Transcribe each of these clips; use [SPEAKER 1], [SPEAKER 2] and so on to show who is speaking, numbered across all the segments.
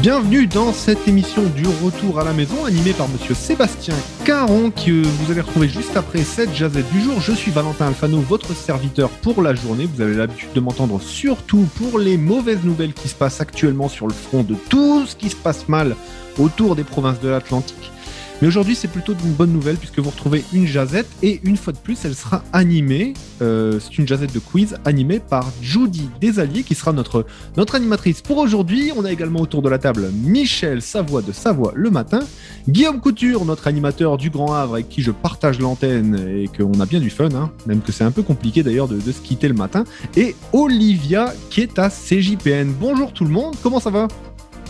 [SPEAKER 1] Bienvenue dans cette émission du Retour à la maison, animée par monsieur Sébastien Caron, que vous allez retrouver juste après cette jazzette du jour. Je suis Valentin Alfano, votre serviteur pour la journée. Vous avez l'habitude de m'entendre surtout pour les mauvaises nouvelles qui se passent actuellement sur le front de tout ce qui se passe mal autour des provinces de l'Atlantique. Mais aujourd'hui, c'est plutôt une bonne nouvelle puisque vous retrouvez une jazette et une fois de plus, elle sera animée. euh, c'est une jazette de quiz animée par Judy Desalliés qui sera notre, notre animatrice pour aujourd'hui. On a également autour de la table Michel Savoie de Savoie le matin, Guillaume Couture, notre animateur du Grand Havre avec qui je partage l'antenne et qu'on a bien du fun, hein, même que c'est un peu compliqué d'ailleurs de, de se quitter le matin, et Olivia qui est à CJPN. Bonjour tout le monde, comment ça va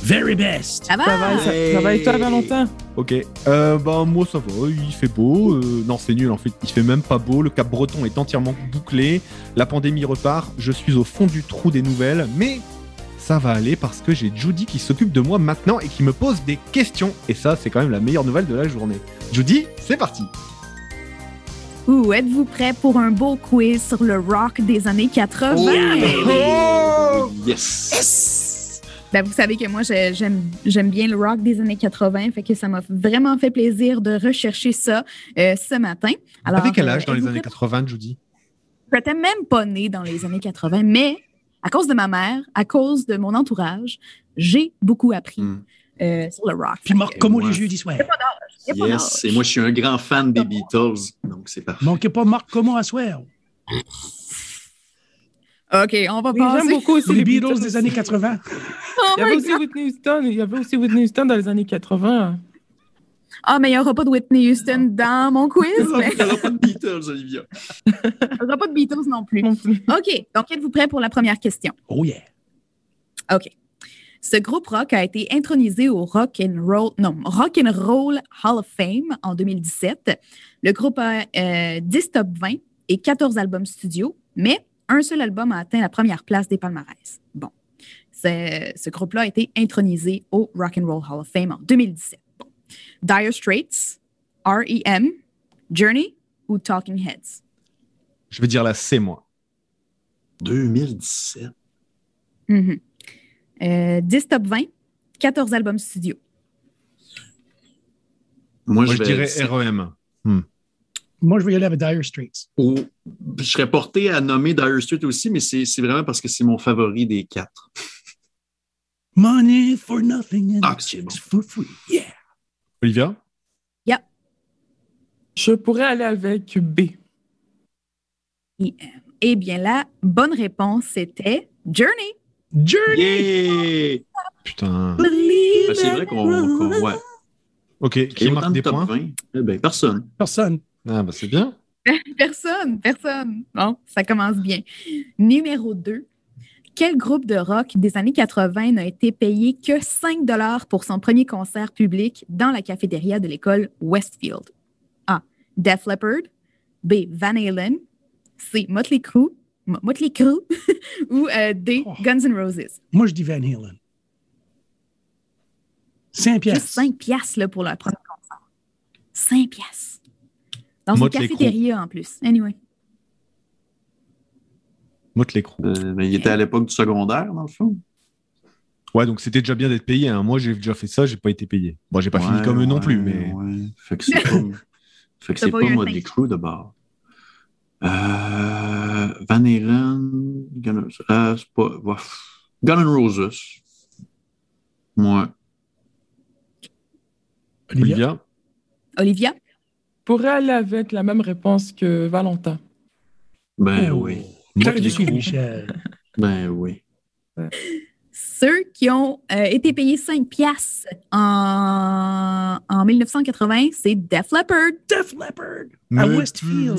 [SPEAKER 2] Very best.
[SPEAKER 3] Ça va
[SPEAKER 4] Ça va, et ça, ça va et toi, Valentin
[SPEAKER 1] Ok, euh, bah moi ça va, il fait beau. Euh, non, c'est nul en fait, il fait même pas beau. Le Cap Breton est entièrement bouclé. La pandémie repart. Je suis au fond du trou des nouvelles, mais ça va aller parce que j'ai Judy qui s'occupe de moi maintenant et qui me pose des questions. Et ça, c'est quand même la meilleure nouvelle de la journée. Judy, c'est parti.
[SPEAKER 3] Ouh, êtes-vous prêt pour un beau quiz sur le rock des années 80?
[SPEAKER 5] Oh!
[SPEAKER 2] Yes.
[SPEAKER 3] Ben, vous savez que moi, je- j'aime j'aime bien le rock des années 80, fait que ça m'a vraiment fait plaisir de rechercher ça euh, ce matin. Alors,
[SPEAKER 1] Avec quel
[SPEAKER 3] euh,
[SPEAKER 1] âge dans les
[SPEAKER 3] êtes-vous
[SPEAKER 1] années
[SPEAKER 3] prêt-
[SPEAKER 1] 80, Judy
[SPEAKER 3] J'étais même pas née dans les années 80, mais à cause de ma mère, à cause de mon entourage, j'ai beaucoup appris
[SPEAKER 2] Hmm.
[SPEAKER 3] euh, sur le rock.
[SPEAKER 2] Puis Marc, comment
[SPEAKER 1] Ouais.
[SPEAKER 2] les jeudis soirs.
[SPEAKER 3] Il y a pas
[SPEAKER 5] Yes, et moi je suis un grand fan des Beatles, donc c'est parfait.
[SPEAKER 2] Manquez pas Marc, comment à soir.
[SPEAKER 3] OK, on va
[SPEAKER 4] Les gens
[SPEAKER 3] passer.
[SPEAKER 4] beaucoup aussi
[SPEAKER 2] Les Beatles des
[SPEAKER 4] aussi.
[SPEAKER 2] années 80.
[SPEAKER 3] Oh
[SPEAKER 4] Il
[SPEAKER 3] my
[SPEAKER 4] y avait aussi Whitney Houston, il y avait aussi Whitney Houston dans les années 80.
[SPEAKER 3] Ah, mais il n'y aura pas de Whitney Houston dans mon quiz. mais
[SPEAKER 5] Il n'y aura pas de Beatles, Olivia.
[SPEAKER 3] Il n'y aura pas de Beatles non plus.
[SPEAKER 4] Non plus.
[SPEAKER 3] OK, donc êtes-vous prêts pour la première question?
[SPEAKER 2] Oh yeah.
[SPEAKER 3] OK. Ce groupe rock a été intronisé au Rock and Roll, non, Rock and Roll Hall of Fame en 2017. Le groupe a euh, 10 top 20 et 14 albums studio, mais un seul album a atteint la première place des palmarès. Bon, C'est- ce groupe-là a été intronisé au Rock and Roll Hall of Fame en 2017. Bon. Dire Straits, R.E.M., Journey ou Talking Heads?
[SPEAKER 1] Je vais dire la C, moi.
[SPEAKER 5] 2017.
[SPEAKER 3] Mhm. Euh, 10 top 20, 14 albums studio.
[SPEAKER 5] Moi,
[SPEAKER 1] Moi, je
[SPEAKER 5] vais-
[SPEAKER 1] dirais E REM.
[SPEAKER 2] Moi, je vais y aller avec Dire Straits.
[SPEAKER 5] Ou- Je serais porté à nommer Dire Straits aussi, mais c'est c'est vraiment parce que c'est mon favori des quatre.
[SPEAKER 2] Money for nothing and
[SPEAKER 5] Ah, c'est bon.
[SPEAKER 2] it's for free. Yeah.
[SPEAKER 1] Olivia
[SPEAKER 4] Je pourrais aller avec B.
[SPEAKER 3] Eh bien, la bonne réponse c'était Journey.
[SPEAKER 2] Journey.
[SPEAKER 5] Yeah!
[SPEAKER 1] Putain.
[SPEAKER 5] Ben, c'est vrai qu'on. qu'on- ouais.
[SPEAKER 1] Ok,
[SPEAKER 5] Et
[SPEAKER 1] qui
[SPEAKER 5] autant
[SPEAKER 1] marque
[SPEAKER 5] de
[SPEAKER 1] des
[SPEAKER 5] top
[SPEAKER 1] points
[SPEAKER 5] 20? Eh ben, personne.
[SPEAKER 2] Personne.
[SPEAKER 1] Ah, bah c'est bien.
[SPEAKER 3] Personne, personne. Bon, ça commence bien. Numéro 2. Quel groupe de rock des années 80 n'a été payé que 5 pour son premier concert public dans la cafétéria de l'école Westfield? A. Def Leppard. B. Van Halen. C. Motley Crue. Mo- Motley Crue. ou euh, D.
[SPEAKER 2] Oh.
[SPEAKER 3] Guns N' Roses.
[SPEAKER 2] Moi, je dis Van Halen. 5
[SPEAKER 3] Juste
[SPEAKER 2] piastres.
[SPEAKER 3] 5 piastres là, pour leur premier concert. 5 piastres. Dans une
[SPEAKER 1] Motley Crue.
[SPEAKER 3] cafétéria en plus. Anyway.
[SPEAKER 1] Motte l'écrou.
[SPEAKER 5] Euh, ben, il était à l'époque du secondaire, dans le fond.
[SPEAKER 1] Ouais, donc c'était déjà bien d'être payé. hein. Moi, j'ai déjà fait ça, j'ai pas été payé. Bon, j'ai pas fini
[SPEAKER 5] Ouais,
[SPEAKER 1] comme eux non
[SPEAKER 5] ouais,
[SPEAKER 1] plus, mais.
[SPEAKER 5] ouais. Fait que c'est pas, fait que
[SPEAKER 3] T'as
[SPEAKER 5] c'est
[SPEAKER 3] pas
[SPEAKER 5] pas
[SPEAKER 3] eu un
[SPEAKER 5] Motley
[SPEAKER 3] cinq.
[SPEAKER 5] Crue de bord. Euh, Van Halen, Guns N' euh, c'est pas, ouais. Guns N' Roses. Ouais.
[SPEAKER 2] Olivia.
[SPEAKER 1] Olivia
[SPEAKER 3] Olivia?
[SPEAKER 4] Je pourrais aller avec la même réponse que Valentin.
[SPEAKER 5] Ben
[SPEAKER 2] Oh.
[SPEAKER 5] oui.
[SPEAKER 2] J'aurais dû
[SPEAKER 1] Motley
[SPEAKER 2] suivre
[SPEAKER 1] Crue.
[SPEAKER 2] Michel.
[SPEAKER 5] Ben oui.
[SPEAKER 3] Ceux qui ont euh, été payés 5 piastres en, en 1980, c'est Def Leppard.
[SPEAKER 2] Def Leppard.
[SPEAKER 1] Mais-
[SPEAKER 2] À
[SPEAKER 3] Ah,
[SPEAKER 2] Westfield.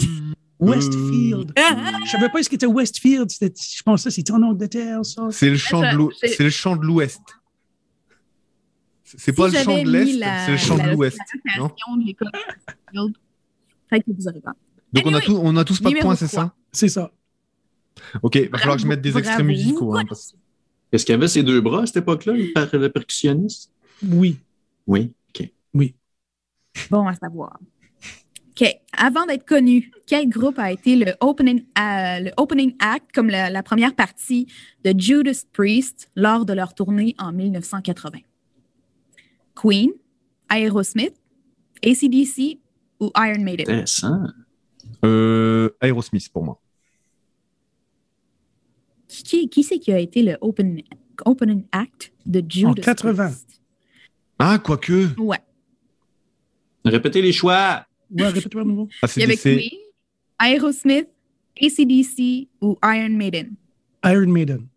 [SPEAKER 2] Westfield. Je savais pas ce qu'était Westfield. c'était- Je pensais que c'était en Angleterre, ça.
[SPEAKER 1] C'est le chant de l'ou-
[SPEAKER 3] j'ai-
[SPEAKER 1] c'est le chant de l'Ouest. C'est c'est
[SPEAKER 3] Si
[SPEAKER 1] pas le chant
[SPEAKER 3] j'avais
[SPEAKER 1] de
[SPEAKER 3] mis
[SPEAKER 1] l'Est,
[SPEAKER 3] la-
[SPEAKER 1] c'est le chant
[SPEAKER 3] la-
[SPEAKER 1] de l'Ouest.
[SPEAKER 3] la
[SPEAKER 1] non
[SPEAKER 3] location de l'école Westfield, peut-être que vous aurez pas.
[SPEAKER 1] Donc on a,
[SPEAKER 3] Anyway,
[SPEAKER 1] tous- on a tous pas de
[SPEAKER 3] numéro
[SPEAKER 1] points, c'est
[SPEAKER 3] trois.
[SPEAKER 1] ça
[SPEAKER 2] C'est ça.
[SPEAKER 1] Ok, il va falloir que je
[SPEAKER 3] Bravo,
[SPEAKER 1] mette des extraits
[SPEAKER 3] bravo.
[SPEAKER 1] musicaux. hein,
[SPEAKER 3] Voilà.
[SPEAKER 1] parce-
[SPEAKER 5] Est-ce qu'il y avait ces deux bras à cette époque-là, le, per- le percussionniste?
[SPEAKER 2] Oui.
[SPEAKER 5] Oui. OK.
[SPEAKER 3] Bon à savoir. OK. Avant d'être connu, quel groupe a été le opening, euh, le opening act comme la, la première partie de Judas Priest lors de leur tournée en 1980? Queen, Aerosmith, ACDC ou Iron Maiden.
[SPEAKER 1] Eh.
[SPEAKER 5] Intéressant.
[SPEAKER 1] Euh, Aerosmith pour moi.
[SPEAKER 3] Qui, qui, qui c'est qui a été le open, opening act de Judas
[SPEAKER 2] En 80.
[SPEAKER 3] Priest?
[SPEAKER 1] Ah, quoique.
[SPEAKER 3] Ouais.
[SPEAKER 5] Répétez les choix.
[SPEAKER 2] Ouais, répète-moi à nouveau.
[SPEAKER 1] Ah,
[SPEAKER 3] Il y avait
[SPEAKER 1] ACDC.
[SPEAKER 3] Queen, Aerosmith, ACDC ou Iron Maiden.
[SPEAKER 2] Iron Maiden.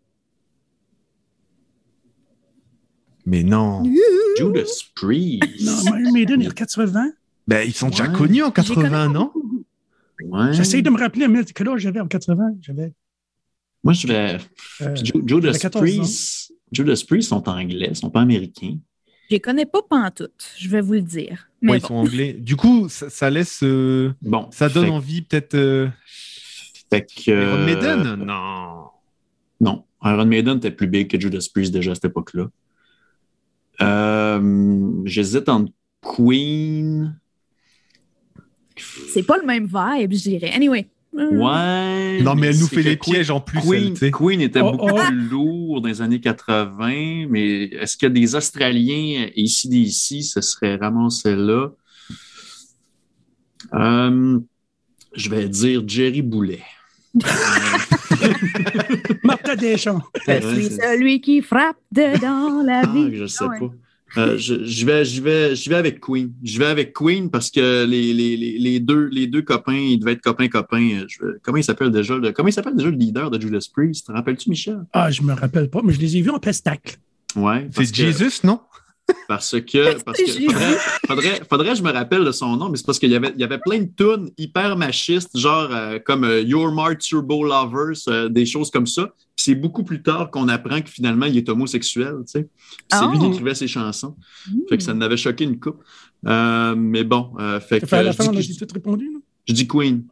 [SPEAKER 1] Mais non.
[SPEAKER 5] Judas Priest.
[SPEAKER 2] Non, mais Iron Maiden, il y a 80.
[SPEAKER 1] Ben, ils sont déjà
[SPEAKER 5] Ouais.
[SPEAKER 1] connus en
[SPEAKER 3] Je les connais
[SPEAKER 1] 80,
[SPEAKER 3] pas
[SPEAKER 1] non
[SPEAKER 5] Ouais.
[SPEAKER 2] J'essaie de me rappeler mais quel âge j'avais en 80. J'avais.
[SPEAKER 5] Moi, je vais.
[SPEAKER 2] euh,
[SPEAKER 5] Ju- Judas
[SPEAKER 2] j'avais 14
[SPEAKER 5] Priest. Judas Priest sont anglais, sont pas américains.
[SPEAKER 3] Je les connais pas pantoute, je vais vous le dire. Mais
[SPEAKER 1] Ouais, ils
[SPEAKER 3] bon.
[SPEAKER 1] sont anglais. Du coup, ça, ça laisse. euh,
[SPEAKER 5] Bon.
[SPEAKER 1] ça donne
[SPEAKER 5] fait-
[SPEAKER 1] envie, peut-être. euh,
[SPEAKER 5] Fait que,
[SPEAKER 1] Iron
[SPEAKER 5] euh,
[SPEAKER 1] Maiden Non.
[SPEAKER 5] Non, Iron Maiden était plus big que Judas Priest déjà à cette époque-là. Euh, J'hésite entre Queen.
[SPEAKER 3] C'est pas le même vibe, je dirais. Anyway.
[SPEAKER 2] Hmm.
[SPEAKER 3] Hum.
[SPEAKER 5] Ouais.
[SPEAKER 1] Non, mais elle nous
[SPEAKER 5] c'est
[SPEAKER 1] fait
[SPEAKER 5] que
[SPEAKER 1] les
[SPEAKER 5] Queen-
[SPEAKER 1] pièges en plus. elle,
[SPEAKER 5] Queen,
[SPEAKER 1] tu sais.
[SPEAKER 5] Queen était
[SPEAKER 2] Oh,
[SPEAKER 5] beaucoup
[SPEAKER 2] oh.
[SPEAKER 5] plus lourd dans les années 80, mais est-ce qu'il y a des Australiens ici d'ici, ce serait ramassé là? Euh, je vais dire Jerry Boulet.
[SPEAKER 2] Martha Deschamps.
[SPEAKER 3] Je
[SPEAKER 5] Euh,
[SPEAKER 3] suis celui qui frappe dedans la
[SPEAKER 5] Ah,
[SPEAKER 3] vie.
[SPEAKER 5] je sais
[SPEAKER 3] Ouais.
[SPEAKER 5] pas. Euh, je, je vais, je vais, je vais avec Queen. Je vais avec Queen parce que les, les, les, les deux, les deux copains, ils devaient être copains-copains. Je vais- Comment il s'appelle déjà le, comment il s'appelle déjà le leader de Judas Priest? Te rappelles-tu, Michel?
[SPEAKER 2] Ah, je me rappelle pas, mais je les ai vus en pestacle.
[SPEAKER 5] Ouais. parce
[SPEAKER 1] C'est
[SPEAKER 5] que-
[SPEAKER 1] Jesus, non
[SPEAKER 5] Parce que, parce que
[SPEAKER 3] Jésus.
[SPEAKER 5] faudrait, faudrait, faudrait que je me rappelle de son nom, mais c'est parce qu'il y avait, il y avait plein de tunes hyper machistes, genre euh, comme euh, Your My Turbo Lovers, euh, des choses comme ça. Puis c'est beaucoup plus tard qu'on apprend que finalement il est homosexuel, tu sais. Puis c'est lui
[SPEAKER 3] Oh.
[SPEAKER 5] qui écrivait ses chansons.
[SPEAKER 3] Hum.
[SPEAKER 5] Fait que ça n'avait choqué une coupe. Euh, mais bon, euh, fait
[SPEAKER 2] Hmm. Ça
[SPEAKER 5] que
[SPEAKER 2] fait à
[SPEAKER 5] euh,
[SPEAKER 2] la
[SPEAKER 5] je,
[SPEAKER 2] fin, on a
[SPEAKER 5] dis,
[SPEAKER 2] tout répondu. non?
[SPEAKER 5] je dis Queen.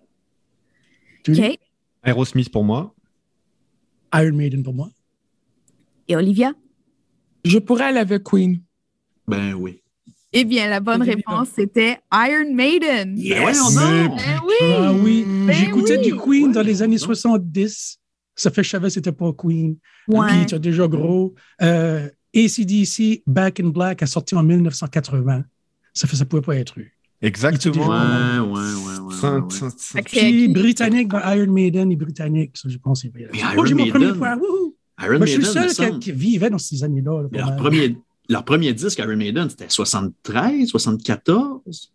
[SPEAKER 3] OK.
[SPEAKER 1] Aerosmith pour moi.
[SPEAKER 2] Iron Maiden pour moi.
[SPEAKER 3] Et Olivia?
[SPEAKER 4] Je pourrais aller avec Queen.
[SPEAKER 5] Ben oui.
[SPEAKER 3] Eh bien, la bonne
[SPEAKER 4] Olivia.
[SPEAKER 3] réponse, c'était Iron Maiden.
[SPEAKER 5] Ben voyons donc!
[SPEAKER 3] Ben oui!
[SPEAKER 2] Ah oui,
[SPEAKER 3] Ben
[SPEAKER 2] j'écoutais
[SPEAKER 3] oui.
[SPEAKER 2] du Queen dans les années
[SPEAKER 5] Ouais.
[SPEAKER 2] 70. Ça fait que je savais que c'était pas Queen. Puis
[SPEAKER 3] Ouais.
[SPEAKER 2] il était déjà gros. Euh, ACDC, Back in Black, a sorti en 1980. Ça fait ça pouvait pas être eu.
[SPEAKER 1] Exactement.
[SPEAKER 5] Ouais, ouais, ouais, ouais,
[SPEAKER 1] Cin-
[SPEAKER 5] ouais, ouais.
[SPEAKER 1] cin- cin-
[SPEAKER 3] Fait que c'est
[SPEAKER 2] Puis
[SPEAKER 3] acquis.
[SPEAKER 2] Britannique dans Iron Maiden et Britannique. Ça, je pense que c'est
[SPEAKER 5] Mais
[SPEAKER 2] Oh,
[SPEAKER 5] Iron
[SPEAKER 2] j'ai mon premier
[SPEAKER 5] Maiden.
[SPEAKER 2] point. wouhou!
[SPEAKER 5] Iron
[SPEAKER 2] Moi, je suis
[SPEAKER 5] Maiden,
[SPEAKER 2] le
[SPEAKER 5] me
[SPEAKER 2] seul
[SPEAKER 5] semble.
[SPEAKER 2] qui, qui vivait dans ces années-là. là, pas
[SPEAKER 5] Leur
[SPEAKER 2] mal.
[SPEAKER 5] premier, leur premier disque, Iron Maiden, c'était 73, 74?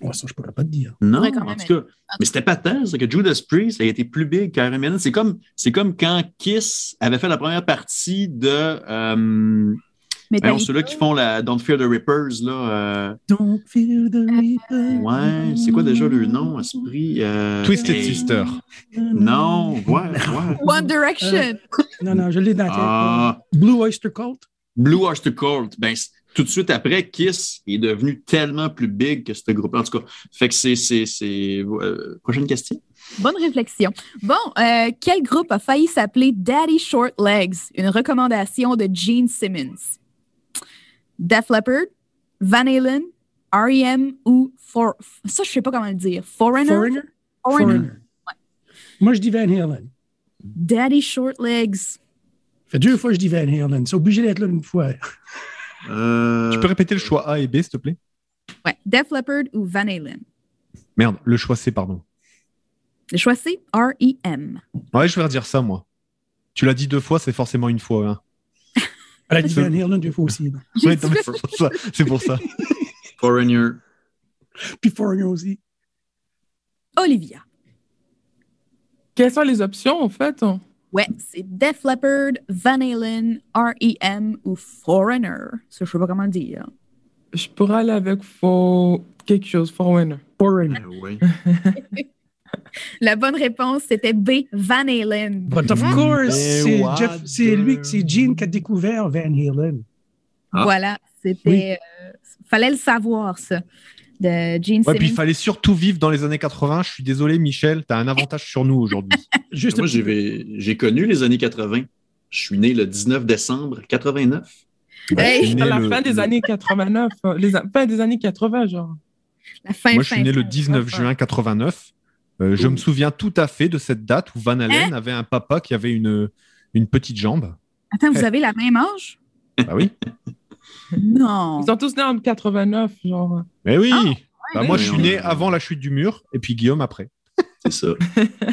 [SPEAKER 2] Ouais, ça, je pourrais pas te dire.
[SPEAKER 5] Non,
[SPEAKER 3] Ouais, quand
[SPEAKER 5] en
[SPEAKER 3] même.
[SPEAKER 5] tout cas. Mais c'était patent, c'est que Judas Priest a été plus big qu'Iron Maiden. C'est comme, c'est comme quand Kiss avait fait la première partie de. Euh, voyons,
[SPEAKER 3] Metallica.
[SPEAKER 5] ceux-là qui font la Don't Fear the Rippers, là. euh,
[SPEAKER 2] Don't feel the reaper.
[SPEAKER 5] ouais, c'est quoi déjà le nom, esprit? Euh,
[SPEAKER 1] Twisted
[SPEAKER 5] hey,
[SPEAKER 1] Sister.
[SPEAKER 5] Non, ouais, ouais.
[SPEAKER 3] One Direction.
[SPEAKER 2] Non, non, je l'ai dans la tête.
[SPEAKER 5] Ah.
[SPEAKER 2] Blue Oyster Cult.
[SPEAKER 5] Blue Oyster Cult, ben, c- tout de suite après, Kiss est devenu tellement plus big que ce groupe-là. En tout cas, fait que c'est. c'est- c'est- euh, prochaine question.
[SPEAKER 3] Bonne réflexion. Bon, euh, quel groupe a failli s'appeler Daddy Short Legs? Une recommandation de Gene Simmons. Def Leppard, Van Halen, R.E.M. ou For... Ça, je sais pas comment le dire. Foreigner?
[SPEAKER 2] Foreigner.
[SPEAKER 3] Foreigner.
[SPEAKER 2] Moi, je dis Van Halen.
[SPEAKER 3] Daddy Short Legs.
[SPEAKER 2] Fait deux fois, je dis Van Halen. C'est obligé d'être là une fois.
[SPEAKER 5] Euh,
[SPEAKER 1] Tu peux répéter le choix A et B, s'il te plaît
[SPEAKER 3] Ouais, Def Leppard ou Van Halen?
[SPEAKER 1] Merde, le choix C, pardon.
[SPEAKER 3] Le choix C, R.E.M.
[SPEAKER 1] Ouais, je vais redire ça, moi. Tu l'as dit deux fois, c'est forcément une fois. hein.
[SPEAKER 2] Elle a dit
[SPEAKER 1] C'est-
[SPEAKER 2] Van Halen deux fois aussi.
[SPEAKER 1] Ouais, non, mais c'est pour ça. C'est pour ça.
[SPEAKER 5] Foreigner.
[SPEAKER 2] Puis Foreigner aussi.
[SPEAKER 3] Olivia.
[SPEAKER 4] Quelles sont les options, en fait?
[SPEAKER 3] Ouais, c'est Def Leppard, Van Halen, R.E.M. ou Foreigner. Ça, je sais pas comment le dire.
[SPEAKER 4] Je pourrais aller avec for... quelque chose, Foreigner.
[SPEAKER 2] Foreigner.
[SPEAKER 5] Ben oui.
[SPEAKER 3] La bonne réponse, c'était B, Van Halen. Mhm.
[SPEAKER 2] But of
[SPEAKER 1] Mm.
[SPEAKER 2] course,
[SPEAKER 1] Eh,
[SPEAKER 2] c'est
[SPEAKER 1] what
[SPEAKER 2] Jeff- c'est
[SPEAKER 1] the-
[SPEAKER 2] lui, c'est Gene qui a découvert Van Halen.
[SPEAKER 5] Ah.
[SPEAKER 3] Voilà, c'était... euh, fallait le savoir, ça,
[SPEAKER 1] Ouais,
[SPEAKER 3] de Gene
[SPEAKER 1] puis il
[SPEAKER 3] Simmons.
[SPEAKER 1] fallait surtout vivre dans les années 80. Je suis désolé, Michel, t'as un avantage sur nous aujourd'hui.
[SPEAKER 2] Juste
[SPEAKER 5] Moi,
[SPEAKER 2] un petit
[SPEAKER 5] j'ai
[SPEAKER 2] peu.
[SPEAKER 5] j'ai connu les années 80. Je suis né le 19 décembre 89.
[SPEAKER 3] Hey,
[SPEAKER 1] je suis
[SPEAKER 4] C'était
[SPEAKER 1] né
[SPEAKER 4] la
[SPEAKER 1] le-
[SPEAKER 4] fin des
[SPEAKER 1] le-
[SPEAKER 4] années 89, euh, les a- fin des années 80, genre.
[SPEAKER 3] La fin,
[SPEAKER 1] Moi, je
[SPEAKER 3] fin,
[SPEAKER 1] suis né le
[SPEAKER 3] fin.
[SPEAKER 1] 19 juin 89. Euh, je me souviens tout à fait de cette date où Van Halen avait un papa qui avait une, une petite jambe.
[SPEAKER 3] Attends, vous avez la même âge?
[SPEAKER 1] Bah oui.
[SPEAKER 3] Non.
[SPEAKER 4] Ils sont tous nés en 89, genre.
[SPEAKER 1] Mais oui
[SPEAKER 3] Ah,
[SPEAKER 1] Bah, Moi, je suis
[SPEAKER 5] Oui,
[SPEAKER 1] né
[SPEAKER 5] on-
[SPEAKER 1] avant la chute du mur, et puis Guillaume après.
[SPEAKER 5] C'est ça. Fait que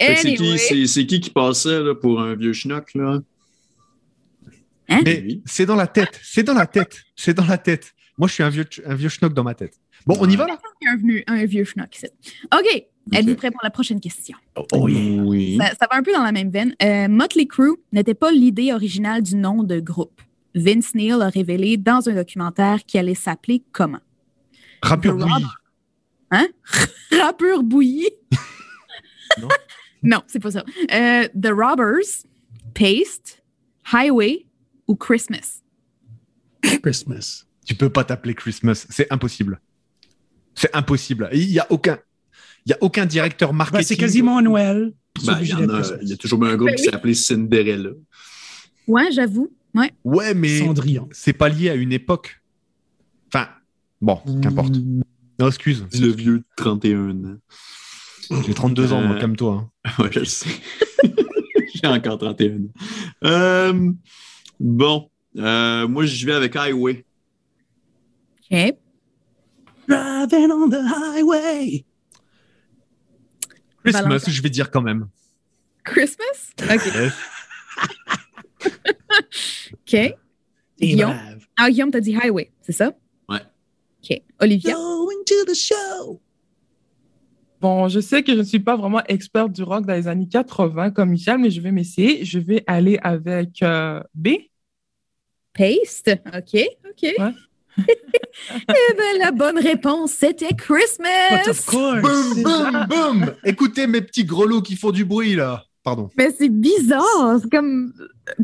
[SPEAKER 5] C'est
[SPEAKER 3] Anyway.
[SPEAKER 5] qui, c'est- c'est qui qui passait là, pour un vieux schnock, là? Ben
[SPEAKER 3] Hein?
[SPEAKER 1] Mais
[SPEAKER 5] Oui.
[SPEAKER 1] c'est dans la tête, c'est dans la tête, c'est dans la tête. Moi, je suis un vieux, un vieux schnock dans ma tête. Bon, on y va là
[SPEAKER 3] Il y a un, venu- un vieux schnock ici. OK. Êtes-vous prêt pour la prochaine question?
[SPEAKER 1] Oh,
[SPEAKER 5] Oui.
[SPEAKER 3] Ben, Ça, ça va un peu dans la même veine. Euh, Motley Crue n'était pas l'idée originale du nom de groupe. Vince Neil a révélé dans un documentaire qu'il allait s'appeler comment?
[SPEAKER 1] Rappeur
[SPEAKER 3] The
[SPEAKER 1] bouilli.
[SPEAKER 3] Rappeur bouilli?
[SPEAKER 1] Non.
[SPEAKER 3] non, c'est pas ça. Euh, The Robbers, Paste, Highway ou Christmas?
[SPEAKER 2] Christmas.
[SPEAKER 1] Tu peux pas t'appeler Christmas, c'est impossible. C'est impossible. Il y a aucun, il y a aucun directeur
[SPEAKER 5] Bah,
[SPEAKER 2] Ben,
[SPEAKER 1] marketing.
[SPEAKER 2] c'est quasiment Noël.
[SPEAKER 5] Ben,
[SPEAKER 2] C'est
[SPEAKER 5] il, y
[SPEAKER 2] obligé
[SPEAKER 5] en
[SPEAKER 2] d'être Ben
[SPEAKER 5] a,
[SPEAKER 2] Christmas.
[SPEAKER 5] il y a toujours eu un groupe qui s'est appelé Cinderella.
[SPEAKER 3] Ouais, j'avoue. Ouais.
[SPEAKER 1] Ouais, mais
[SPEAKER 2] Cendrillon.
[SPEAKER 1] c'est pas lié à une époque. Enfin, bon, qu'importe.
[SPEAKER 5] Mm.
[SPEAKER 1] Non, excuse.
[SPEAKER 5] Dis le vieux de 31 ans.
[SPEAKER 1] J'ai 32 ans, moi,
[SPEAKER 5] Euh,
[SPEAKER 1] comme toi. hein.
[SPEAKER 5] Ouais, je le sais. J'ai encore 31 ans. Euh, bon, Euh, moi, je vais avec Highway.
[SPEAKER 3] OK.
[SPEAKER 2] Driving on the highway.
[SPEAKER 1] Christmas,
[SPEAKER 3] Valentin.
[SPEAKER 1] je vais dire quand même.
[SPEAKER 3] Christmas? OK. OK.
[SPEAKER 2] Et
[SPEAKER 3] Guillaume?
[SPEAKER 2] brave.
[SPEAKER 3] Ah, Guillaume, t'as dit Highway, c'est ça?
[SPEAKER 5] Ouais.
[SPEAKER 3] OK. Olivia?
[SPEAKER 2] Going to the show.
[SPEAKER 4] Bon, je sais que je ne suis pas vraiment experte du rock dans les années 80 comme Michel, mais je vais m'essayer. Je vais aller avec euh, B.
[SPEAKER 3] Paste. OK, OK. Eh ben, la bonne réponse, c'était
[SPEAKER 2] But of
[SPEAKER 3] Christmas.
[SPEAKER 2] course.
[SPEAKER 1] Boum, boum, boum Écoutez mes petits grelots qui font du bruit, là. Pardon.
[SPEAKER 3] Mais c'est bizarre. C'est comme.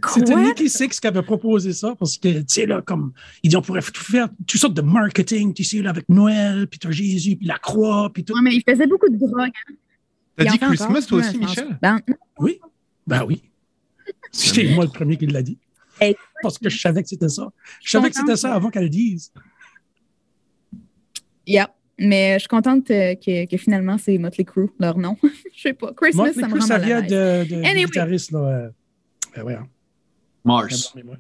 [SPEAKER 2] C'était
[SPEAKER 3] Quoi?
[SPEAKER 2] Nicky Six qui avait proposé ça parce que, tu sais, là, comme, ils dit, on pourrait tout faire, toutes sortes de marketing, tu sais, là, avec Noël, puis t'as Jésus, puis la croix, puis tout.
[SPEAKER 3] Ouais, mais il faisait beaucoup de drogue. hein.
[SPEAKER 1] T'as
[SPEAKER 3] Il en
[SPEAKER 1] dit
[SPEAKER 3] fait encore.
[SPEAKER 1] Christmas, toi
[SPEAKER 3] Ouais,
[SPEAKER 1] aussi,
[SPEAKER 3] je pense.
[SPEAKER 1] Michel
[SPEAKER 3] Ben,
[SPEAKER 2] Ben oui. C'était moi le premier qui l'a dit.
[SPEAKER 3] Hey.
[SPEAKER 2] Parce que je savais que c'était ça. Je savais que c'était ça avant qu'elle le dise.
[SPEAKER 3] yeah. Mais je suis contente euh, que, que finalement, c'est Motley Crue, leur nom. je sais pas. Christmas,
[SPEAKER 2] Motley
[SPEAKER 3] ça me
[SPEAKER 2] Crue,
[SPEAKER 3] rend
[SPEAKER 2] ça
[SPEAKER 3] mal
[SPEAKER 2] vient
[SPEAKER 3] à l'aise.
[SPEAKER 2] de, de du
[SPEAKER 3] Anyway.
[SPEAKER 2] guitariste, là. euh, ben ouais, hein,
[SPEAKER 5] Mars.
[SPEAKER 2] pardonnez-moi.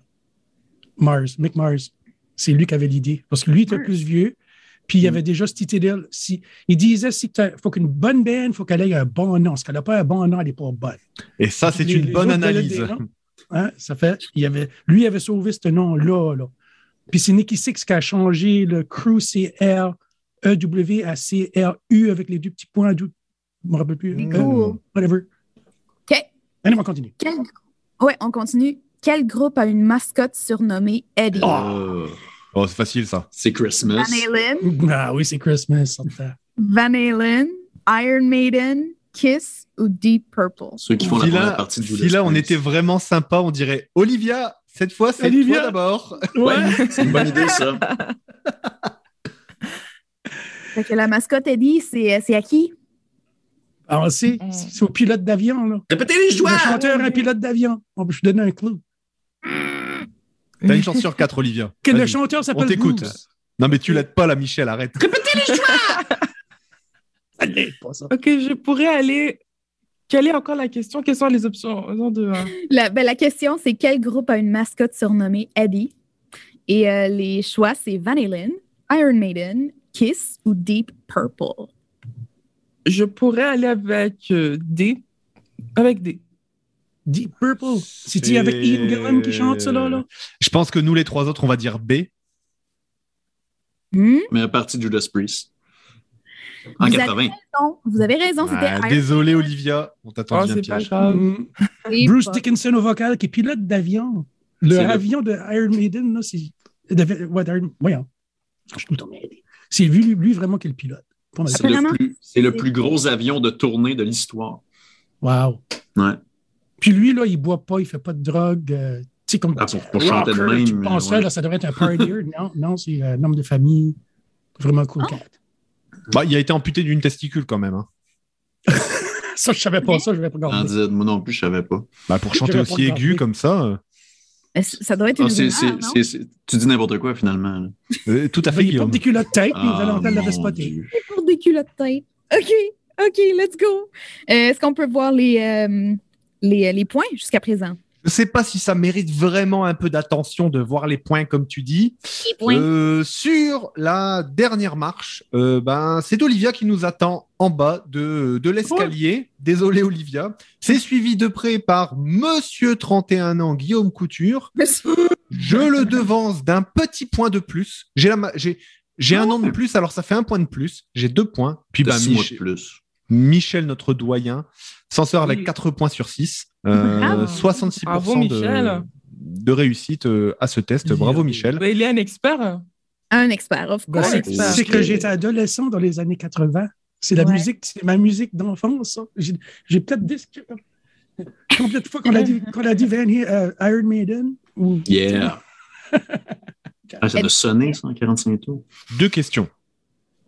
[SPEAKER 2] Mars, Mick Mars. C'est lui qui avait l'idée. Parce que lui était
[SPEAKER 3] Mars.
[SPEAKER 2] plus vieux, puis il avait déjà cette idée d'elle. Si, il disait, si t'as- faut qu'une bonne band, faut qu'elle ait un bon nom. Si qu'elle n'a pas un bon nom, elle n'est pas bonne.
[SPEAKER 1] Et ça, c'est
[SPEAKER 2] Les-
[SPEAKER 1] une
[SPEAKER 2] les
[SPEAKER 1] bonne
[SPEAKER 2] autres, elle a des
[SPEAKER 1] analyse.
[SPEAKER 2] noms. Hein, ça fait, il avait, lui avait sauvé ce nom-là. là. Puis c'est Nicky Six qui a changé le crew E C-R-E-W à C-R-U avec les deux petits points. deux- je me rappelle plus.
[SPEAKER 1] Nico.
[SPEAKER 2] Euh, whatever.
[SPEAKER 3] OK.
[SPEAKER 2] Allez, on continue.
[SPEAKER 3] Quel... Ouais, on continue. Quel groupe a une mascotte surnommée Eddie?
[SPEAKER 5] Ah,
[SPEAKER 1] Oh, c'est facile, ça.
[SPEAKER 5] c'est Christmas.
[SPEAKER 3] Van Halen,
[SPEAKER 2] Ah oui, c'est Christmas. certain.
[SPEAKER 3] Van Halen, Iron Maiden, Kiss ou Deep Purple?
[SPEAKER 5] Ceux qui font
[SPEAKER 1] Si
[SPEAKER 5] la première
[SPEAKER 1] là,
[SPEAKER 5] partie de
[SPEAKER 1] si
[SPEAKER 5] Judas
[SPEAKER 1] là, on
[SPEAKER 5] Priest.
[SPEAKER 1] était vraiment sympa, on dirait Olivia, cette fois, c'est
[SPEAKER 2] Olivia.
[SPEAKER 1] toi d'abord.
[SPEAKER 5] Ouais, c'est une bonne idée, ça.
[SPEAKER 3] Fait que la mascotte Eddie, c'est euh, c'est à qui?
[SPEAKER 2] Alors, c'est
[SPEAKER 4] Mm.
[SPEAKER 2] Ah, c'est au pilote d'avion. là.
[SPEAKER 5] Répétez les
[SPEAKER 2] Le
[SPEAKER 5] joies!
[SPEAKER 2] chanteur, un pilote d'avion. Bon, je vous donne un clou.
[SPEAKER 1] T'as une chance sur quatre, Olivia.
[SPEAKER 2] Que le
[SPEAKER 1] Vas-y.
[SPEAKER 2] chanteur
[SPEAKER 1] On
[SPEAKER 2] s'appelle
[SPEAKER 1] t'écoute.
[SPEAKER 2] Bruce.
[SPEAKER 1] Non, mais tu l'aides pas, là, Michel, arrête.
[SPEAKER 2] Allez, pas ça.
[SPEAKER 4] Ok, je pourrais aller. Quelle est encore la question? Quelles sont les options? Genre de, euh,
[SPEAKER 3] La, ben, la question, c'est quel groupe a une mascotte surnommée Eddie? Et euh, les choix, c'est Van Halen, Iron Maiden, Kiss ou Deep Purple.
[SPEAKER 4] Je pourrais aller avec euh, D. Avec D.
[SPEAKER 2] Deep Purple. C'est-tu avec Ian Gillan qui chante ça, là? là?
[SPEAKER 1] Je pense que nous, les trois autres, on va dire B.
[SPEAKER 3] Hmm?
[SPEAKER 5] Mais la partie de Judas Priest. En
[SPEAKER 3] Vous
[SPEAKER 5] 80.
[SPEAKER 3] Non, vous avez raison, c'était
[SPEAKER 1] Ah,
[SPEAKER 3] Iron
[SPEAKER 1] désolé, Olivia, on t'attend
[SPEAKER 4] Oh,
[SPEAKER 1] bien
[SPEAKER 4] c'est pas
[SPEAKER 1] piège.
[SPEAKER 4] grave.
[SPEAKER 2] Mm.
[SPEAKER 3] Maiden.
[SPEAKER 2] Bruce Dickinson au vocal qui est pilote d'avion. Le
[SPEAKER 5] C'est le-
[SPEAKER 2] avion de Iron Maiden, là, c'est. de- ouais, d'Iron- voyons. Je suis tout le temps mêlé. C'est lui, lui vraiment qui est le pilote. Pas mal.
[SPEAKER 5] C'est le,
[SPEAKER 3] Apparemment.
[SPEAKER 5] plus, c'est le plus gros avion de tournée de l'histoire.
[SPEAKER 2] Wow.
[SPEAKER 5] Ouais.
[SPEAKER 2] Puis lui, là, il boit pas, il fait pas de drogue. euh, tu sais, comme.
[SPEAKER 5] Ah, pour- pour chanter de
[SPEAKER 2] rocker, Tu
[SPEAKER 5] même,
[SPEAKER 2] penserais,
[SPEAKER 5] ouais.
[SPEAKER 2] là, ça devrait être un partier. non, non, c'est un homme de famille. Vraiment cool. cat.
[SPEAKER 1] Bah, il a été amputé d'une testicule quand même. hein.
[SPEAKER 2] Ça, je savais pas ça, je vais pas regarder.
[SPEAKER 5] Candide, moi non plus, je savais pas.
[SPEAKER 1] Bah, pour chanter
[SPEAKER 2] J'aurais
[SPEAKER 1] aussi
[SPEAKER 2] pas
[SPEAKER 1] aigu
[SPEAKER 2] regardé.
[SPEAKER 1] comme ça, euh,
[SPEAKER 3] Euh, Ça doit être
[SPEAKER 5] Ah,
[SPEAKER 3] une
[SPEAKER 5] c'est-
[SPEAKER 3] rumeur,
[SPEAKER 5] c'est-
[SPEAKER 3] non?
[SPEAKER 5] c'est- c'est- tu dis n'importe quoi, finalement. là.
[SPEAKER 1] euh, tout à fait,
[SPEAKER 2] Il porte
[SPEAKER 1] Guillaume.
[SPEAKER 2] des culottes tête, mais
[SPEAKER 5] Ah,
[SPEAKER 2] Valentin l'avait
[SPEAKER 5] mon
[SPEAKER 2] spoté.
[SPEAKER 5] Dieu.
[SPEAKER 3] pour des culottes de tête. OK, OK, let's go. Euh, Est-ce qu'on peut voir les, euh, les, les euh, points jusqu'à présent?
[SPEAKER 1] Je sais pas si ça mérite vraiment un peu d'attention de voir les points comme tu dis. Euh, sur la dernière marche, euh, ben, c'est Olivia qui nous attend en bas de, de l'escalier. Désolé Olivia. C'est suivi de près par Monsieur 31 ans Guillaume Couture. Je le devance d'un petit point de plus. J'ai la ma- j'ai j'ai un an de plus, alors ça fait un point de plus. J'ai deux points. Puis
[SPEAKER 5] T'as
[SPEAKER 1] ben,
[SPEAKER 5] six mois de
[SPEAKER 1] Mich-
[SPEAKER 5] plus.
[SPEAKER 1] Michel, notre doyen, censeur avec
[SPEAKER 4] Oui.
[SPEAKER 1] 4 points sur Euh, 6,
[SPEAKER 3] Bravo.
[SPEAKER 1] 66%
[SPEAKER 4] Bravo,
[SPEAKER 1] de,
[SPEAKER 4] Michel.
[SPEAKER 1] de réussite euh, à ce test. Bravo
[SPEAKER 2] Yeah.
[SPEAKER 1] Michel.
[SPEAKER 4] Ben, il est un expert.
[SPEAKER 3] Un expert, of
[SPEAKER 2] Ben,
[SPEAKER 3] course.
[SPEAKER 2] c'est
[SPEAKER 4] Ouais.
[SPEAKER 2] c'est que j'étais adolescent dans les années 80. C'est la
[SPEAKER 3] Ouais.
[SPEAKER 2] musique, c'est ma musique d'enfance. ça. J'ai j'ai peut-être dit combien de fois qu'on a dit qu'on a dit Van Halen, euh, Iron Maiden ou
[SPEAKER 5] Yeah. Ah, ça doit sonner, ça, en 45 tours.
[SPEAKER 1] Deux questions.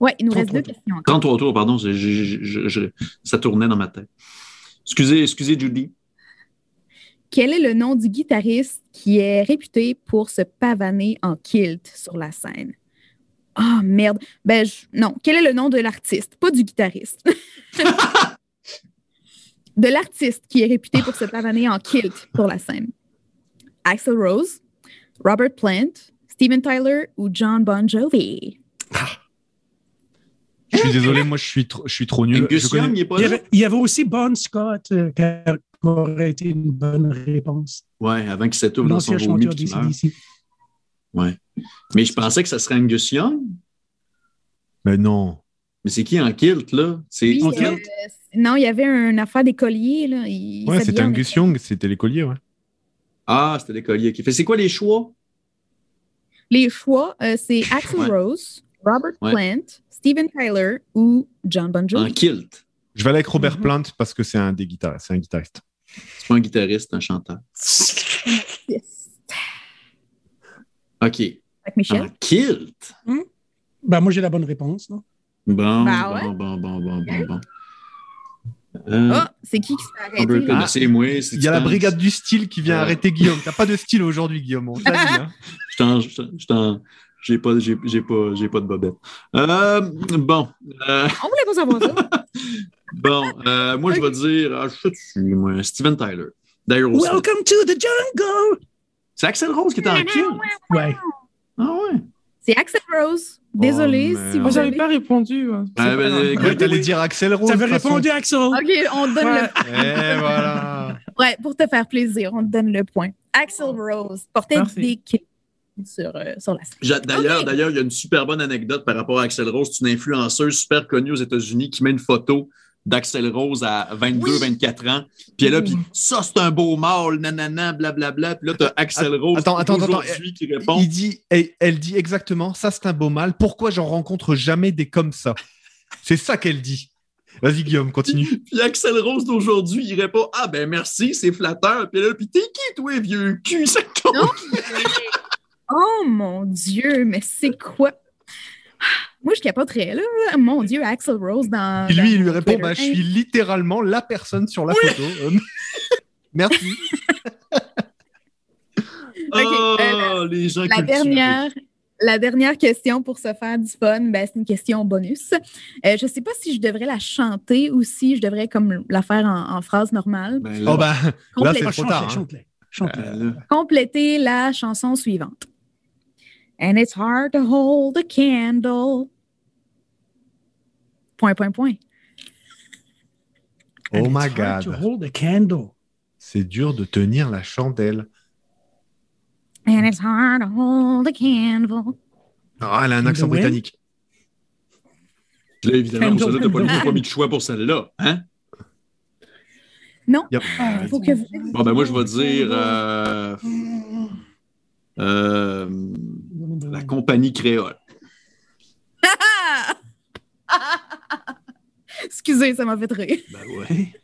[SPEAKER 3] Ouais, il nous reste
[SPEAKER 2] 33
[SPEAKER 3] deux questions. encore.
[SPEAKER 5] 33 tours, pardon, je- je- je- je- ça tournait dans ma tête. Excusez, excusez Judy.
[SPEAKER 3] Quel est le nom du guitariste qui est réputé pour se pavaner en kilt sur la scène? Ah, merde. Ben, je- non. Quel est le nom de l'artiste? Pas du guitariste. de l'artiste qui est réputé pour se pavaner en kilt sur la scène. Axel Rose, Robert Plant, Steven Tyler ou John Bon Jovi?
[SPEAKER 1] Je suis désolé, moi je suis, trop- je suis trop nul. Je
[SPEAKER 5] Angus Young,
[SPEAKER 1] connais-
[SPEAKER 5] il est pas
[SPEAKER 2] Il y,
[SPEAKER 5] là?
[SPEAKER 2] avait, il y avait aussi Bon Scott euh, qui a- qui aurait été une bonne réponse.
[SPEAKER 5] Ouais, avant qu'il s'étouffe dans son
[SPEAKER 2] L'ancien
[SPEAKER 5] vomi
[SPEAKER 2] chanteur
[SPEAKER 5] puis
[SPEAKER 2] des
[SPEAKER 5] qu'il meure.
[SPEAKER 2] CDC.
[SPEAKER 5] Mais je pensais que ça serait Angus Young.
[SPEAKER 1] Mais non.
[SPEAKER 5] Mais c'est qui en kilt, là? C'est
[SPEAKER 3] Puis,
[SPEAKER 5] en
[SPEAKER 3] euh,
[SPEAKER 5] kilt?
[SPEAKER 3] non, il y avait une affaire d'écolier, là. Il- il
[SPEAKER 1] Ouais,
[SPEAKER 3] s'habillait
[SPEAKER 1] c'était
[SPEAKER 3] en-
[SPEAKER 1] Angus Young, c'était l'écolier. Ouais.
[SPEAKER 5] Ah, c'était l'écolier qui fait. C'est quoi les choix?
[SPEAKER 3] Les choix, euh, c'est Axel
[SPEAKER 5] Ouais.
[SPEAKER 3] Rose, Robert
[SPEAKER 5] Ouais.
[SPEAKER 3] Plant, Steven Tyler ou John Bon
[SPEAKER 5] En
[SPEAKER 3] Jovi.
[SPEAKER 5] kilt.
[SPEAKER 1] Je vais aller avec Robert
[SPEAKER 2] Mhm.
[SPEAKER 1] Plant parce que c'est un des guitaristes. C'est un guitariste.
[SPEAKER 5] C'est pas un guitariste, un chanteur.
[SPEAKER 3] Yes.
[SPEAKER 5] OK.
[SPEAKER 3] Fait que Michel,
[SPEAKER 5] En kilt?
[SPEAKER 2] Ben, moi, j'ai la bonne réponse. non?
[SPEAKER 5] Bon,
[SPEAKER 3] Ben ouais.
[SPEAKER 5] bon, bon, bon, bon, bon, bon.
[SPEAKER 3] oh,
[SPEAKER 5] Euh,
[SPEAKER 3] Ah, c'est qui qui s'est arrêté?
[SPEAKER 5] Robert Plant,
[SPEAKER 3] là?
[SPEAKER 1] Ah,
[SPEAKER 5] c'est moi. c'est
[SPEAKER 1] Il y a la
[SPEAKER 5] Stan.
[SPEAKER 1] brigade du style qui vient
[SPEAKER 5] Euh.
[SPEAKER 1] arrêter Guillaume. T'as pas de style aujourd'hui, Guillaume. on t'a dit, hein.
[SPEAKER 5] Je t'en- je t'en- je t'en- J'ai pas, j'ai, j'ai pas, j'ai pas de bobette. Euh, bon, euh,
[SPEAKER 3] On voulait pas savoir ça.
[SPEAKER 5] bon, euh, moi je vais dire, ah, je sais dessus, moi, Steven Tyler. D'ailleurs, aussi.
[SPEAKER 2] Welcome to the jungle!
[SPEAKER 5] c'est Axel Rose qui est en kill.
[SPEAKER 2] Ouais.
[SPEAKER 5] Ah ouais.
[SPEAKER 3] C'est Axel Rose. Désolé
[SPEAKER 1] Oh,
[SPEAKER 3] si
[SPEAKER 1] merde.
[SPEAKER 4] Moi,
[SPEAKER 3] vous
[SPEAKER 4] j'avais
[SPEAKER 3] savez.
[SPEAKER 4] pas répondu. hein. C'est
[SPEAKER 5] Ouais,
[SPEAKER 4] pas
[SPEAKER 5] ben,
[SPEAKER 4] grave.
[SPEAKER 5] écoute,
[SPEAKER 1] Ouais, T'allais dire Axel Rose.
[SPEAKER 2] T'avais
[SPEAKER 1] de toute façon.
[SPEAKER 2] répondu, Axel!
[SPEAKER 3] OK, on te donne
[SPEAKER 4] Ouais.
[SPEAKER 3] le point.
[SPEAKER 1] Eh voilà.
[SPEAKER 3] Ouais, pour te faire plaisir, on te donne le point. Axel Rose portait
[SPEAKER 4] Merci.
[SPEAKER 3] des kilts sur, euh, sur la scène.
[SPEAKER 5] J'a- D'ailleurs,
[SPEAKER 3] Ok.
[SPEAKER 5] d'ailleurs, il y a une super bonne anecdote par rapport à Axel Rose. C'est une influenceuse super connue aux États-Unis qui met une photo d'Axel Rose à 22,
[SPEAKER 3] Oui.
[SPEAKER 5] 24 ans. Puis elle est là,
[SPEAKER 4] Mm.
[SPEAKER 5] puis ça, c'est un beau mâle, nanana, blablabla. Puis là, t'as Axel Rose
[SPEAKER 1] attends, attends, attends.
[SPEAKER 5] d'aujourd'hui qui répond.
[SPEAKER 1] Il dit, elle, elle dit exactement, ça c'est un beau mal. Pourquoi j'en rencontre jamais des comme ça C'est ça qu'elle dit. Vas-y Guillaume, continue.
[SPEAKER 5] Puis Axel Rose d'aujourd'hui, il répond Ah ben merci, c'est flatteur. Puis là, puis t'es qui, toi, vieux cul Ça te compte.
[SPEAKER 3] Non. Oh mon Dieu, mais c'est quoi? Ah, Moi, je capoterais, là. Mon Dieu, Axel Rose dans.
[SPEAKER 1] Et lui, il lui
[SPEAKER 3] dans
[SPEAKER 1] répond,
[SPEAKER 3] Ah, Twitter.
[SPEAKER 1] bah, je suis littéralement la personne sur la photo. Euh, Merci.
[SPEAKER 5] Oh,
[SPEAKER 3] euh,
[SPEAKER 5] les gens
[SPEAKER 3] La
[SPEAKER 5] cultivés.
[SPEAKER 3] dernière, la dernière question pour se faire du fun, ben, c'est une question bonus. Euh, je ne sais pas si je devrais la chanter ou si je devrais comme la faire en, en phrase normale.
[SPEAKER 5] Ben là,
[SPEAKER 1] Oh bah, Là, c'est
[SPEAKER 3] Complé-
[SPEAKER 1] trop
[SPEAKER 2] Ah, chante-la,
[SPEAKER 1] tard, hein.
[SPEAKER 2] chante-la, chante-la.
[SPEAKER 5] ben là.
[SPEAKER 3] compléter la chanson suivante. And it's hard to hold a candle. Point, point, point.
[SPEAKER 1] Oh
[SPEAKER 2] And it's
[SPEAKER 1] my
[SPEAKER 2] hard to
[SPEAKER 1] God.
[SPEAKER 2] hold a candle.
[SPEAKER 1] c'est dur de tenir la chandelle.
[SPEAKER 3] And it's hard to hold a candle.
[SPEAKER 1] Ah, elle a un accent
[SPEAKER 2] The Wind
[SPEAKER 1] britannique.
[SPEAKER 5] Puis là, évidemment, pour
[SPEAKER 2] Kendall
[SPEAKER 5] celle-là, t'as pas,
[SPEAKER 2] Kendall.
[SPEAKER 5] t'as pas mis de choix pour celle-là. Hein?
[SPEAKER 1] Yep.
[SPEAKER 4] Ah,
[SPEAKER 3] Il faut que vous.
[SPEAKER 5] Bon, ben moi, je vais dire euh, euh, La compagnie créole.
[SPEAKER 1] Ah!
[SPEAKER 3] Excusez, ça m'a fait rire.
[SPEAKER 5] Ben ouais.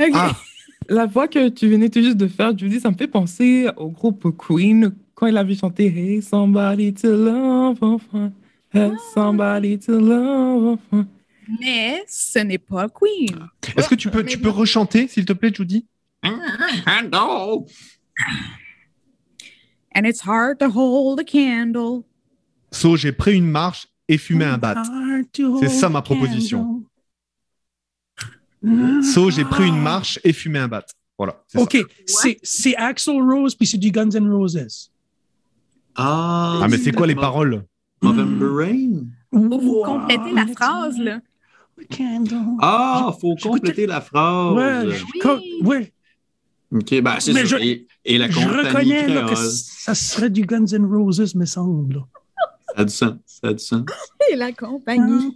[SPEAKER 3] Ok.
[SPEAKER 1] Ah,
[SPEAKER 4] La voix que tu venais tout juste de faire, Judy, ça me fait penser au groupe Queen quand il avait chanté Hey, somebody to love, enfin. Hey, somebody to love, enfin.
[SPEAKER 3] Mais ce n'est pas Queen.
[SPEAKER 1] Est-ce que tu peux,
[SPEAKER 3] Mais
[SPEAKER 1] tu peux rechanter, s'il te plaît, Judy
[SPEAKER 5] Handle.
[SPEAKER 3] And it's hard to hold a candle.
[SPEAKER 1] So, j'ai pris une marche et fumé un bat.
[SPEAKER 2] Ah.
[SPEAKER 1] C'est ça, ma proposition. So, j'ai pris une marche et fumé un bat. Voilà. c'est
[SPEAKER 2] OK, c'est c'est Axl Rose, puis c'est du Guns N' Roses.
[SPEAKER 5] Ah,
[SPEAKER 1] ça. Ah, mais c'est quoi les paroles
[SPEAKER 5] November Rain?
[SPEAKER 3] Pour vous compléter la phrase, là.
[SPEAKER 5] Ah, faut
[SPEAKER 2] J'écoutais-
[SPEAKER 5] compléter la phrase.
[SPEAKER 1] Oh,
[SPEAKER 2] Ouais, je co- ouais,
[SPEAKER 5] OK, ben c'est
[SPEAKER 2] Mais
[SPEAKER 5] ça.
[SPEAKER 2] je-
[SPEAKER 5] Et, et la
[SPEAKER 2] je
[SPEAKER 5] compagnie
[SPEAKER 2] reconnais là, que
[SPEAKER 5] créole,
[SPEAKER 2] ça serait du Guns N' Roses, me semble. là.
[SPEAKER 5] ça a du sens, ça a du sens.
[SPEAKER 3] Et la compagnie.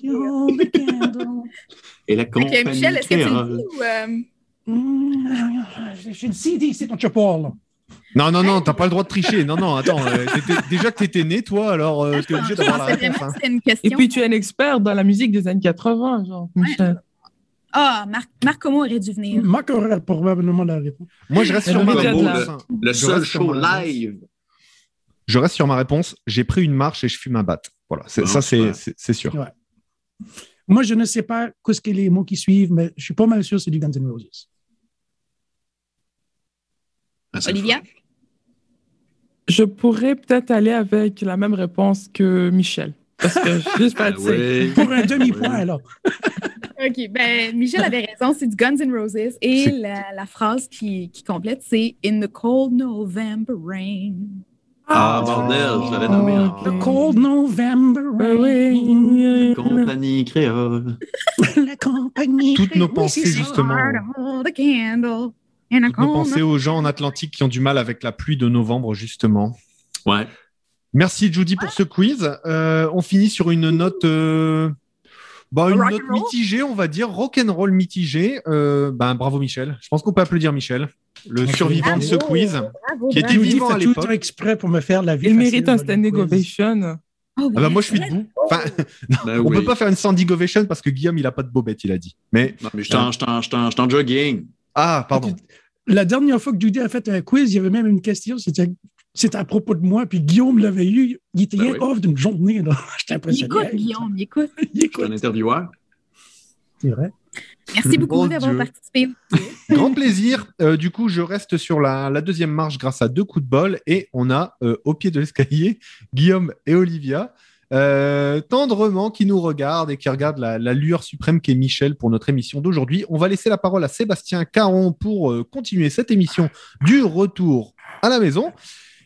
[SPEAKER 5] Et la
[SPEAKER 3] Ok,
[SPEAKER 5] compagnie
[SPEAKER 3] Michel, est-ce que tu le
[SPEAKER 5] créole.
[SPEAKER 3] dis ou. euh,
[SPEAKER 2] J'ai j'ai Mm. le CD, c'est ton chapard, là.
[SPEAKER 1] Non, non, non, t'as pas le droit de tricher. Non, non, attends. euh, t'étais- déjà que t'étais né, toi, alors euh, t'es obligé
[SPEAKER 3] Ah, Je
[SPEAKER 1] d'avoir la
[SPEAKER 3] pensais
[SPEAKER 1] réponse. hein.
[SPEAKER 3] vraiment que c'était une question.
[SPEAKER 4] Et puis, tu es un expert dans la musique des années 80, genre, Michel.
[SPEAKER 3] Ah, Marc, Marc Como aurait dû venir.
[SPEAKER 2] Marc aurait probablement la réponse.
[SPEAKER 1] hein. Moi, je reste
[SPEAKER 4] Elle
[SPEAKER 1] sur ma
[SPEAKER 4] aurait été
[SPEAKER 1] réponse. hein.
[SPEAKER 4] là.
[SPEAKER 5] Le
[SPEAKER 1] Je
[SPEAKER 5] seul
[SPEAKER 1] reste sur
[SPEAKER 5] show
[SPEAKER 1] ma réponse.
[SPEAKER 5] live.
[SPEAKER 1] Je reste sur ma réponse. J'ai pris une marche et je fume un bat. Voilà, c'est-
[SPEAKER 5] Bon,
[SPEAKER 1] ça, c'est
[SPEAKER 5] Ah, ouais.
[SPEAKER 1] c'est- c'est sûr.
[SPEAKER 2] Ouais. Moi, je ne sais pas qu'est-ce que les mots qui suivent, mais je suis pas mal sûr que c'est du Guns N' Roses.
[SPEAKER 5] Ah, c'est le
[SPEAKER 3] Olivia?
[SPEAKER 4] Je pourrais peut-être aller avec la même réponse que Michel. Parce que juste
[SPEAKER 5] fun.
[SPEAKER 4] pas
[SPEAKER 5] Ah, ouais.
[SPEAKER 2] Pour un demi-point, là.
[SPEAKER 3] OK, ben Michel avait raison, c'est du Guns N' Roses. Et
[SPEAKER 1] C'est-
[SPEAKER 3] la, la phrase qui, qui complète, c'est In the cold November rain.
[SPEAKER 5] Ah, bordel, je l'avais nommé. hein.
[SPEAKER 4] Oh,
[SPEAKER 5] en-
[SPEAKER 1] Ah.
[SPEAKER 2] The cold November
[SPEAKER 4] Ah
[SPEAKER 2] rain.
[SPEAKER 4] Oui.
[SPEAKER 5] Compagnie créole.
[SPEAKER 2] La compagnie.
[SPEAKER 1] Toutes nos
[SPEAKER 2] Oui,
[SPEAKER 1] pensées,
[SPEAKER 2] c'est ça.
[SPEAKER 1] justement.
[SPEAKER 3] Hard to hold a candle in a
[SPEAKER 1] Toutes nos
[SPEAKER 3] cold
[SPEAKER 1] pensées aux gens en Atlantique qui ont du mal avec la pluie de novembre, justement.
[SPEAKER 5] Ouais.
[SPEAKER 1] Merci, Judy, pour ce quiz. Euh, on finit sur une note. euh, bah, une
[SPEAKER 3] Rock
[SPEAKER 1] note
[SPEAKER 3] and roll
[SPEAKER 1] mitigée, on va dire, rock'n'roll mitigé. Euh, ben, bravo Michel. Je pense qu'on peut applaudir Michel, le
[SPEAKER 2] Ok.
[SPEAKER 1] survivant de ce
[SPEAKER 3] Bravo.
[SPEAKER 1] quiz.
[SPEAKER 3] Bravo,
[SPEAKER 1] Qui était
[SPEAKER 3] bravo.
[SPEAKER 2] Judy
[SPEAKER 1] vivant à
[SPEAKER 2] fait tout le
[SPEAKER 1] l'époque.
[SPEAKER 2] temps exprès pour me faire la vie.
[SPEAKER 4] Il
[SPEAKER 2] facile
[SPEAKER 4] mérite un
[SPEAKER 2] dans le
[SPEAKER 4] standing
[SPEAKER 2] quiz.
[SPEAKER 4] ovation.
[SPEAKER 3] Ah oui.
[SPEAKER 1] Ah bah, moi, je suis debout. Enfin,
[SPEAKER 5] Ben
[SPEAKER 1] on
[SPEAKER 5] oui.
[SPEAKER 1] peut pas faire une standing ovation parce que Guillaume, il a pas de bobette, il a dit. Mais
[SPEAKER 5] Non, mais je t'en- je t'en- je t'en je t'en jogging.
[SPEAKER 1] ah, pardon.
[SPEAKER 2] La dernière fois que Judy a fait un quiz, il y avait même une question, c'était c'était à propos de moi, puis Guillaume l'avait eu. Il était
[SPEAKER 1] Ah
[SPEAKER 5] Ben
[SPEAKER 2] rien
[SPEAKER 5] oui.
[SPEAKER 2] off d'une journée, là. J'étais
[SPEAKER 3] Il
[SPEAKER 2] impressionné.
[SPEAKER 3] écoute, Guillaume, il écoute.
[SPEAKER 2] Il
[SPEAKER 5] Je suis un
[SPEAKER 2] écoute.
[SPEAKER 5] intervieweur.
[SPEAKER 2] C'est vrai.
[SPEAKER 3] Merci beaucoup
[SPEAKER 1] Mon
[SPEAKER 3] d'avoir
[SPEAKER 1] Dieu.
[SPEAKER 3] participé.
[SPEAKER 1] Grand plaisir. Euh, du coup, je reste sur la, la deuxième marche grâce à deux coups de bol et on a euh, au pied de l'escalier Guillaume et Olivia. euh, tendrement qui nous regardent et qui regardent la, la lueur suprême qu'est Michel pour notre émission d'aujourd'hui. On va laisser la parole à Sébastien Caron pour euh, continuer cette émission du retour à la maison.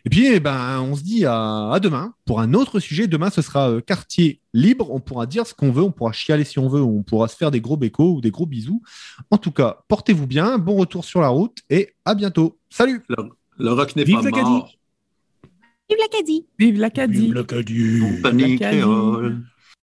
[SPEAKER 1] Et puis, eh ben, on se dit à, à demain pour un autre sujet. Demain, ce sera euh, quartier libre. On pourra dire ce qu'on veut, on pourra chialer si on veut, on pourra se faire des gros bécos ou des gros bisous. En tout cas, portez-vous bien, bon retour sur la route et à bientôt. Salut
[SPEAKER 5] Le rock n'est
[SPEAKER 2] Vive
[SPEAKER 5] pas
[SPEAKER 2] l'Acadie.
[SPEAKER 5] mort.
[SPEAKER 3] Vive l'Acadie!
[SPEAKER 4] Vive l'Acadie.
[SPEAKER 2] Guillaume Lacadie.
[SPEAKER 5] Compagnie
[SPEAKER 4] L'Acadie.
[SPEAKER 5] créole.